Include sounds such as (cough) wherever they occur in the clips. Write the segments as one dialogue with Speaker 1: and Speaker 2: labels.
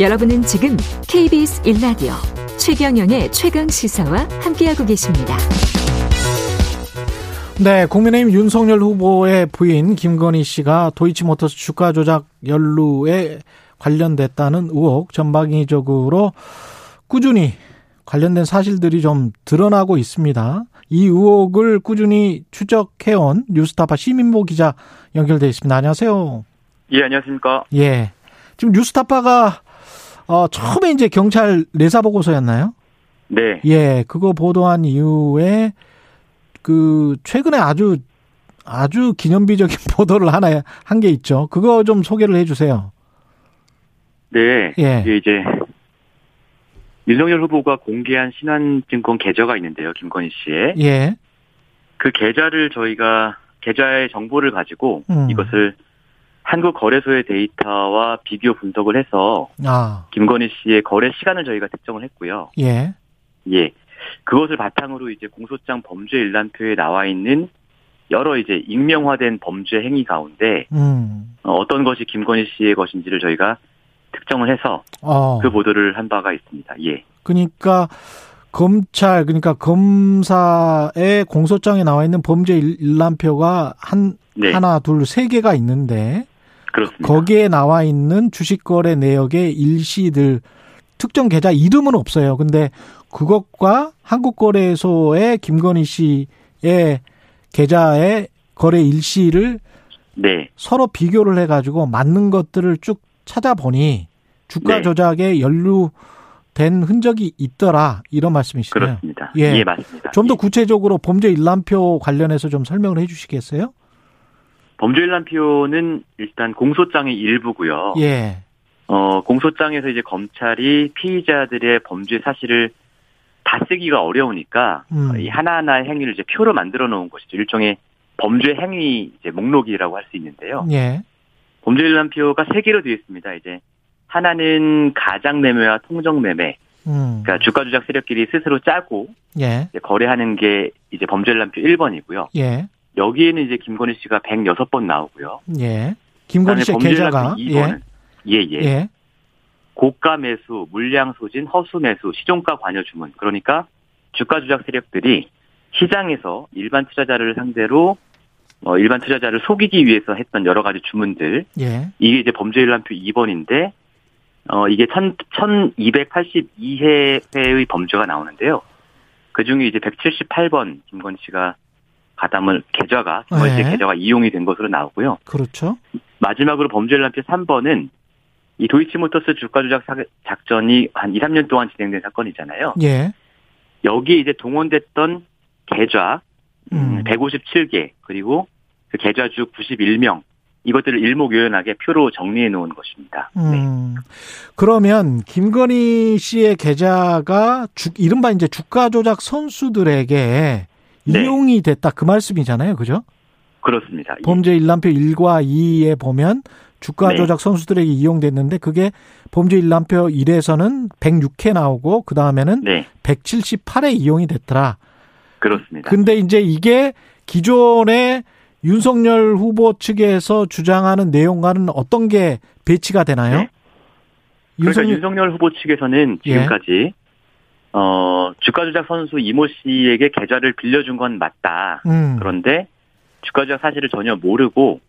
Speaker 1: 여러분은 지금 KBS 1라디오 최경영의 최강 시사와 함께하고 계십니다.
Speaker 2: 네, 국민의힘 윤석열 후보의 부인 김건희 씨가 도이치모터스 주가 조작 연루에 관련됐다는 의혹 전방위적으로 꾸준히 관련된 사실들이 좀 드러나고 있습니다. 이 의혹을 꾸준히 추적해온 뉴스타파 시민모 기자 연결돼 있습니다. 안녕하세요.
Speaker 3: 예, 안녕하십니까.
Speaker 2: 예. 지금 뉴스타파가 어, 처음에 이제 경찰 내사 보고서였나요?
Speaker 3: 네.
Speaker 2: 예, 그거 보도한 이후에 그 최근에 아주 아주 기념비적인 (laughs) 보도를 하나 한 게 있죠. 그거 좀 소개를 해주세요.
Speaker 3: 네.
Speaker 2: 예.
Speaker 3: 이게 이제 윤석열 후보가 공개한 신한증권 계좌가 있는데요, 김건희 씨의
Speaker 2: 예,
Speaker 3: 그 계좌를 저희가 계좌의 정보를 가지고
Speaker 2: 음.
Speaker 3: 이것을 한국 거래소의 데이터와 비교 분석을 해서
Speaker 2: 아,
Speaker 3: 김건희 씨의 거래 시간을 저희가 특정을 했고요.
Speaker 2: 예,
Speaker 3: 예. 그것을 바탕으로 이제 공소장 범죄 일람표에 나와 있는 여러 이제 익명화된 범죄 행위 가운데
Speaker 2: 음,
Speaker 3: 어, 어떤 것이 김건희 씨의 것인지를 저희가 특정을 해서
Speaker 2: 어,
Speaker 3: 그 보도를 한 바가 있습니다. 예.
Speaker 2: 그러니까 검찰 그러니까 검사의 공소장에 나와 있는 범죄 일- 일람표가 한
Speaker 3: 네.
Speaker 2: 하나 둘 세 개가 있는데
Speaker 3: 그렇습니다.
Speaker 2: 거기에 나와 있는 주식거래 내역의 일시들 특정 계좌 이름은 없어요. 근데 그것과 한국거래소의 김건희 씨의 계좌의 거래 일시를
Speaker 3: 네.
Speaker 2: 서로 비교를 해가지고 맞는 것들을 쭉 찾아보니 주가
Speaker 3: 네.
Speaker 2: 조작에 연루된 흔적이 있더라 이런 말씀이시네요.
Speaker 3: 그렇습니다.
Speaker 2: 예.
Speaker 3: 예, 맞습니다.
Speaker 2: 좀 더
Speaker 3: 예.
Speaker 2: 구체적으로 범죄 일람표 관련해서 좀 설명을 해주시겠어요?
Speaker 3: 범죄 일람표는 일단 공소장의 일부고요.
Speaker 2: 예,
Speaker 3: 어, 공소장에서 이제 검찰이 피의자들의 범죄 사실을 다 쓰기가 어려우니까
Speaker 2: 음.
Speaker 3: 이 하나하나의 행위를 이제 표로 만들어 놓은 것이죠. 일종의 범죄 행위 이제 목록이라고 할 수 있는데요.
Speaker 2: 예,
Speaker 3: 범죄 일람표가 세 개로 되어 있습니다. 이제 하나는 가장 매매와 통정 매매.
Speaker 2: 음,
Speaker 3: 그러니까 주가 조작 세력끼리 스스로 짜고
Speaker 2: 예,
Speaker 3: 이제 거래하는 게 이제 범죄 일람표 1번이고요.
Speaker 2: 예,
Speaker 3: 여기에는 이제 김건희 씨가 106번 나오고요.
Speaker 2: 예. 김건희 씨의
Speaker 3: 그다음에
Speaker 2: 계좌가
Speaker 3: 범죄 일람표 2번은 예예.
Speaker 2: 예, 예,
Speaker 3: 고가 매수, 물량 소진, 허수 매수, 시종가 관여 주문. 그러니까 주가 조작 세력들이 시장에서 일반 투자자를 상대로 어, 일반 투자자를 속이기 위해서 했던 여러 가지 주문들.
Speaker 2: 예,
Speaker 3: 이게 이제 범죄 일람표 2번인데 어 이게 1 1282회의 범죄가 나오는데요. 그중에 이제 178번 김건 씨가 가담을 계좌가 김건 씨의
Speaker 2: 네.
Speaker 3: 계좌가 이용이 된 것으로 나오고요.
Speaker 2: 그렇죠.
Speaker 3: 마지막으로 범죄 일람표 3번은 이 도이치모터스 주가 조작 사- 작전이 한 2, 3년 동안 진행된 사건이잖아요.
Speaker 2: 예,
Speaker 3: 여기에 이제 동원됐던 계좌
Speaker 2: 음.
Speaker 3: 157개 그리고 그 계좌 주 91명 이것들을 일목요연하게 표로 정리해 놓은 것입니다. 네.
Speaker 2: 음. 그러면 김건희 씨의 계좌가 주, 이른바 이제 주가 조작 선수들에게
Speaker 3: 네.
Speaker 2: 이용이 됐다 그 말씀이잖아요. 그죠?
Speaker 3: 그렇습니다.
Speaker 2: 범죄 일람표 1과 2에 보면 주가
Speaker 3: 네.
Speaker 2: 조작 선수들에게 이용됐는데 그게 범죄 일람표 1에서는 106회 나오고 그다음에는
Speaker 3: 네,
Speaker 2: 178회 이용이 됐더라.
Speaker 3: 그렇습니다.
Speaker 2: 근데 이제 이게 기존의 윤석열 후보 측에서 주장하는 내용과는 어떤 게 배치가 되나요?
Speaker 3: 네. 그러니까 윤석열 후보 측에서는
Speaker 2: 예.
Speaker 3: 지금까지 어, 주가 조작 선수 이모 씨에게 계좌를 빌려준 건 맞다.
Speaker 2: 음,
Speaker 3: 그런데 주가 조작 사실을 전혀 모르고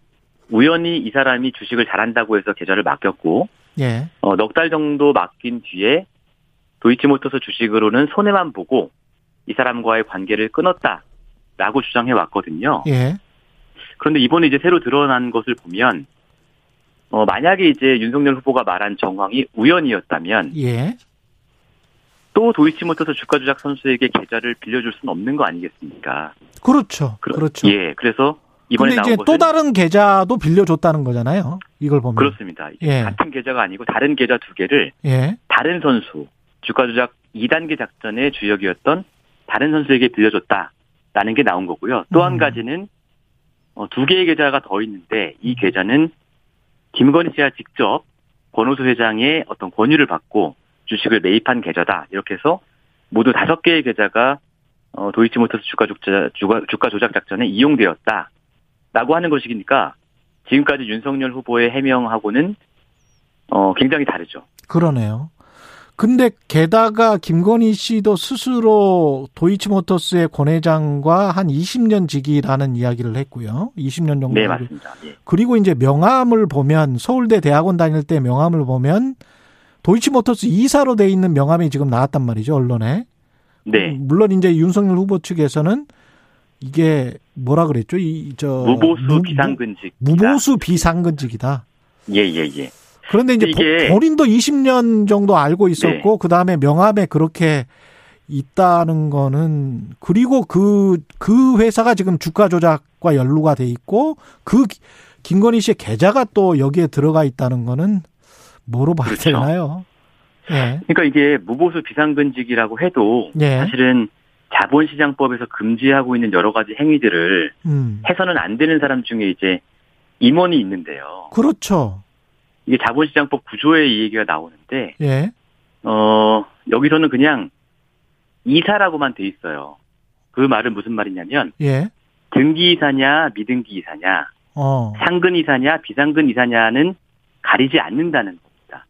Speaker 3: 우연히 이 사람이 주식을 잘한다고 해서 계좌를 맡겼고 어,
Speaker 2: 예,
Speaker 3: 넉 달 정도 맡긴 뒤에 도이치모터스 주식으로는 손해만 보고 이 사람과의 관계를 끊었다라고 주장해 왔거든요.
Speaker 2: 예,
Speaker 3: 그런데 이번에 이제 새로 드러난 것을 보면 어, 만약에 이제 윤석열 후보가 말한 정황이 우연이었다면
Speaker 2: 예.
Speaker 3: 또 도이치모터스 주가 조작 선수에게 계좌를 빌려줄 수는 없는 거 아니겠습니까?
Speaker 2: 그렇죠.
Speaker 3: 그러-
Speaker 2: 그렇죠.
Speaker 3: 예, 그래서 이번에
Speaker 2: 근데
Speaker 3: 나온
Speaker 2: 이제
Speaker 3: 것은
Speaker 2: 또 다른 계좌도 빌려줬다는 거잖아요. 이걸 보면.
Speaker 3: 그렇습니다.
Speaker 2: 예.
Speaker 3: 같은 계좌가 아니고 다른 계좌 두 개를
Speaker 2: 예.
Speaker 3: 다른 선수 주가 조작 2단계 작전의 주역이었던 다른 선수에게 빌려줬다라는 게 나온 거고요. 또 한
Speaker 2: 음.
Speaker 3: 가지는 어, 두 개의 계좌가 더 있는데 이 계좌는 김건희 씨가 직접 권호수 회장의 어떤 권유를 받고 주식을 매입한 계좌다 이렇게 해서 모두 다섯 개의 계좌가 어, 도이치모터스 주가 조작 주가, 주가 조작 작전에 이용되었다라고 하는 것이니까 지금까지 윤석열 후보의 해명하고는 어, 굉장히 다르죠.
Speaker 2: 그러네요. 근데 게다가 김건희 씨도 스스로 도이치모터스의 권 회장과 한 20년 직이라는 이야기를 했고요. 20년 정도.
Speaker 3: 네, 맞습니다. 예.
Speaker 2: 그리고 이제 명함을 보면 서울대 대학원 다닐 때 명함을 보면 도이치모터스 이사로 돼 있는 명함이 지금 나왔단 말이죠 언론에.
Speaker 3: 네.
Speaker 2: 물론 이제 윤석열 후보 측에서는 이게 뭐라 그랬죠? 이저
Speaker 3: 무보수 비상근직.
Speaker 2: 어, 무보수 비상근직이다.
Speaker 3: 예, 예, 예.
Speaker 2: 그런데 이제
Speaker 3: 이게- 네.
Speaker 2: 보- 본인도 20년 정도 알고 있었고 그 다음에 명함에 그렇게 있다는 거는 그리고 그 그 회사가 지금 주가 조작과 연루가 돼 있고 그 기- 김건희 씨의 계좌가 또 여기에 들어가 있다는 거는 뭐로 봐야
Speaker 3: 그렇죠.
Speaker 2: 되나요? 예.
Speaker 3: 그러니까 이게 무보수 비상근직이라고 해도
Speaker 2: 예.
Speaker 3: 사실은 자본시장법에서 금지하고 있는 여러 가지 행위들을
Speaker 2: 음.
Speaker 3: 해서는 안 되는 사람 중에 이제 임원이 있는데요.
Speaker 2: 그렇죠.
Speaker 3: 이게 자본시장법 구조에 이 얘기가 나오는데
Speaker 2: 예.
Speaker 3: 어 여기서는 그냥 이사라고만 돼 있어요. 그 말은 무슨 말이냐면
Speaker 2: 예.
Speaker 3: 등기 이사냐 미등기 이사냐
Speaker 2: 어.
Speaker 3: 상근 이사냐 비상근 이사냐는 가리지 않는다는 겁니다.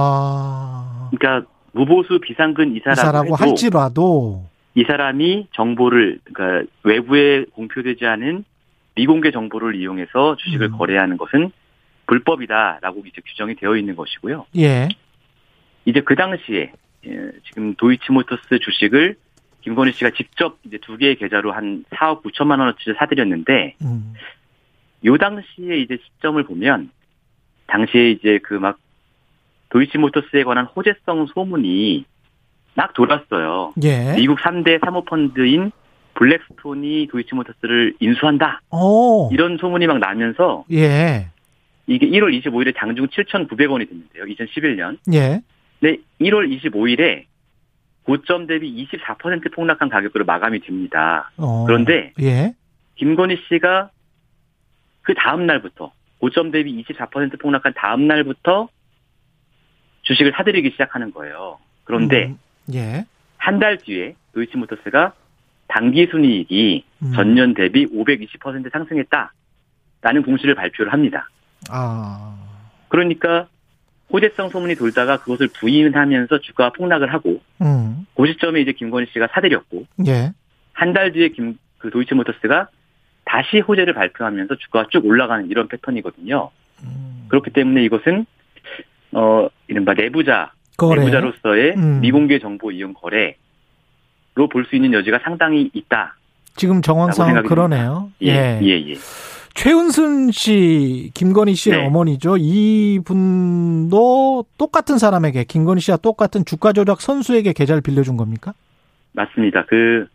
Speaker 2: 아.
Speaker 3: 그러니까 무보수 비상근 이사라고,
Speaker 2: 이사라고
Speaker 3: 해도
Speaker 2: 할지라도
Speaker 3: 이 사람이 정보를 그러니까 외부에 공표되지 않은 미공개 정보를 이용해서 주식을
Speaker 2: 음.
Speaker 3: 거래하는 것은 불법이다라고 이제 규정이 되어 있는 것이고요.
Speaker 2: 예.
Speaker 3: 이제 그 당시에 예, 지금 도이치모터스 주식을 김건희 씨가 직접 이제 두 개의 계좌로 한 4억 9천만 원어치를 사들였는데
Speaker 2: 음.
Speaker 3: 요 당시에 이제 시점을 보면 당시에 이제 그 막 도이치모터스에 관한 호재성 소문이 막 돌았어요.
Speaker 2: 예.
Speaker 3: 미국 3대 사모펀드인 블랙스톤이 도이치모터스를 인수한다.
Speaker 2: 어.
Speaker 3: 이런 소문이 막 나면서
Speaker 2: 예.
Speaker 3: 이게 1월 25일에 장중 7,900원이 됐는데요. 2011년.
Speaker 2: 예.
Speaker 3: 네, 1월 25일에 고점 대비 24% 폭락한 가격으로 마감이 됩니다.
Speaker 2: 어.
Speaker 3: 그런데
Speaker 2: 예.
Speaker 3: 김건희 씨가 그 다음 날부터 고점 대비 24% 폭락한 다음 날부터 주식을 사들이기 시작하는 거예요. 그런데
Speaker 2: 음, 예.
Speaker 3: 한 달 뒤에 도이치모터스가 단기 순이익이
Speaker 2: 음.
Speaker 3: 전년 대비 520% 상승했다라는 공시를 발표를 합니다.
Speaker 2: 아.
Speaker 3: 그러니까 호재성 소문이 돌다가 그것을 부인하면서 주가가 폭락을 하고
Speaker 2: 음.
Speaker 3: 그 시점에 이제 김건희 씨가 사들였고
Speaker 2: 예.
Speaker 3: 한 달 뒤에 김 그 도이치모터스가 다시 호재를 발표하면서 주가가 쭉 올라가는 이런 패턴이거든요.
Speaker 2: 음.
Speaker 3: 그렇기 때문에 이것은 어 이른바 내부자
Speaker 2: 거래.
Speaker 3: 내부자로서의
Speaker 2: 음.
Speaker 3: 미공개 정보 이용 거래로 볼 수 있는 여지가 상당히 있다.
Speaker 2: 지금 정황 상황
Speaker 3: 생각이
Speaker 2: 그러네요.
Speaker 3: 예, 예, 예.
Speaker 2: 최은순 씨, 김건희 씨의
Speaker 3: 네.
Speaker 2: 어머니죠. 이분도 똑같은 사람에게 김건희 씨와 똑같은 주가 조작 선수에게 계좌를 빌려준 겁니까?
Speaker 3: 맞습니다. 그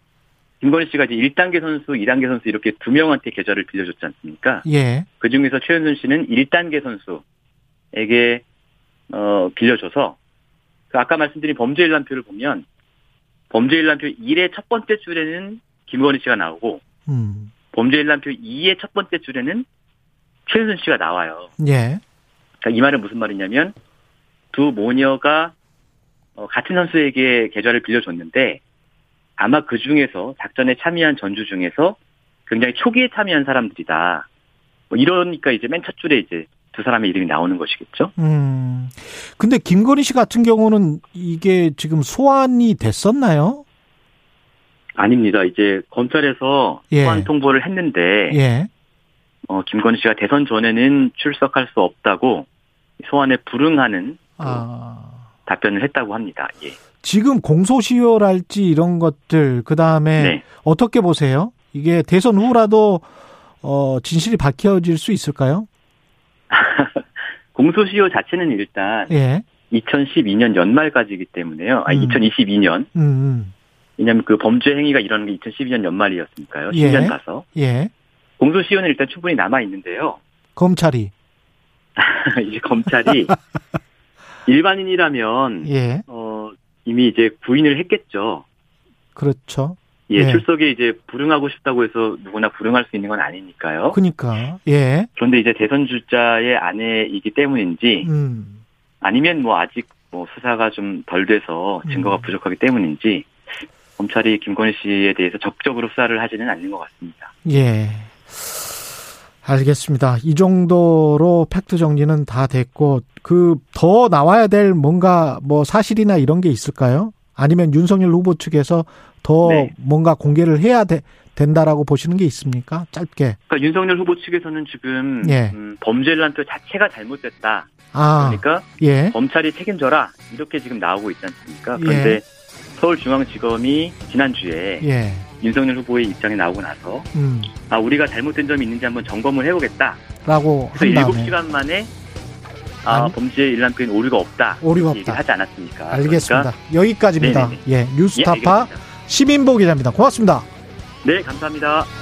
Speaker 3: 김건희 씨가 이제 1단계 선수, 2단계 선수 이렇게 두 명한테 계좌를 빌려줬지 않습니까?
Speaker 2: 예.
Speaker 3: 그 중에서 최현순 씨는 1단계 선수에게 어, 빌려줘서 그 아까 말씀드린 범죄 일람표를 보면 범죄 일람표 1의 첫 번째 줄에는 김건희 씨가 나오고
Speaker 2: 음.
Speaker 3: 범죄 일람표 2의 첫 번째 줄에는 최현순 씨가 나와요.
Speaker 2: 예.
Speaker 3: 그러니까 이 말은 무슨 말이냐면 두 모녀가 어, 같은 선수에게 계좌를 빌려줬는데 아마 그 중에서 작전에 참여한 전주 중에서 굉장히 초기에 참여한 사람들이다. 뭐 이러니까 이제 맨 첫 줄에 이제 두 사람의 이름이 나오는 것이겠죠.
Speaker 2: 음. 근데 김건희 씨 같은 경우는 이게 지금 소환이 됐었나요?
Speaker 3: 아닙니다. 이제 검찰에서
Speaker 2: 예.
Speaker 3: 소환 통보를 했는데
Speaker 2: 예.
Speaker 3: 어, 김건희 씨가 대선 전에는 출석할 수 없다고 소환에 불응하는 그
Speaker 2: 아.
Speaker 3: 답변을 했다고 합니다. 예.
Speaker 2: 지금 공소시효랄지 이런 것들 그다음에
Speaker 3: 네.
Speaker 2: 어떻게 보세요? 이게 대선 후라도 어 진실이 밝혀질 수 있을까요?
Speaker 3: 공소시효 자체는 일단
Speaker 2: 예.
Speaker 3: 2012년 연말까지이기 때문에요. 아,
Speaker 2: 음.
Speaker 3: 2022년.
Speaker 2: 음, 음.
Speaker 3: 왜냐하면 그 범죄 행위가 일어난 게 2012년 연말이었으니까요.
Speaker 2: 예.
Speaker 3: 10년 가서.
Speaker 2: 예.
Speaker 3: 공소시효는 일단 충분히 남아있는데요. (laughs)
Speaker 2: 검찰이
Speaker 3: 이제
Speaker 2: (laughs)
Speaker 3: 검찰이 일반인이라면,
Speaker 2: 예.
Speaker 3: 어, 이미 이제 구인을 했겠죠.
Speaker 2: 그렇죠.
Speaker 3: 예,
Speaker 2: 예.
Speaker 3: 출석에 이제 불응하고 싶다고 해서 누구나 불응할 수 있는 건 아니니까요.
Speaker 2: 그러니까 예.
Speaker 3: 그런데 이제 대선 주자의 아내이기 때문인지
Speaker 2: 음.
Speaker 3: 아니면 뭐 아직 뭐 수사가 좀 덜 돼서 증거가
Speaker 2: 음.
Speaker 3: 부족하기 때문인지 검찰이 김건희 씨에 대해서 적극적으로 수사를 하지는 않는 것 같습니다.
Speaker 2: 예. 알겠습니다. 이 정도로 팩트 정리는 다 됐고 그 더 나와야 될 뭔가 뭐 사실이나 이런 게 있을까요? 아니면 윤석열 후보 측에서 더
Speaker 3: 네.
Speaker 2: 뭔가 공개를 해야 돼- 된다라고 보시는 게 있습니까? 짧게.
Speaker 3: 그러니까 윤석열 후보 측에서는 지금
Speaker 2: 예.
Speaker 3: 음, 범죄란 표 자체가 잘못됐다.
Speaker 2: 아,
Speaker 3: 그러니까
Speaker 2: 예.
Speaker 3: 검찰이 책임져라 이렇게 지금 나오고 있지 않습니까? 그런데 서울중앙지검이 지난주에
Speaker 2: 예.
Speaker 3: 윤석열 후보의 입장이 나오고 나서
Speaker 2: 음.
Speaker 3: 아 우리가 잘못된 점이 있는지 한번 점검을 해보겠다.
Speaker 2: 라고
Speaker 3: 그래서
Speaker 2: 한 다음에
Speaker 3: 7시간 만에 아,
Speaker 2: 아니.
Speaker 3: 범죄 일람표인 오류가 없다.
Speaker 2: 오류가
Speaker 3: 이렇게
Speaker 2: 없다.
Speaker 3: 하지 않았습니까?
Speaker 2: 알겠습니다.
Speaker 3: 그러니까,
Speaker 2: 여기까지입니다.
Speaker 3: 네네네.
Speaker 2: 예.
Speaker 3: 예,
Speaker 2: 뉴스타파
Speaker 3: 알겠습니다.
Speaker 2: 시민보 기자입니다. 고맙습니다.
Speaker 3: 네 감사합니다.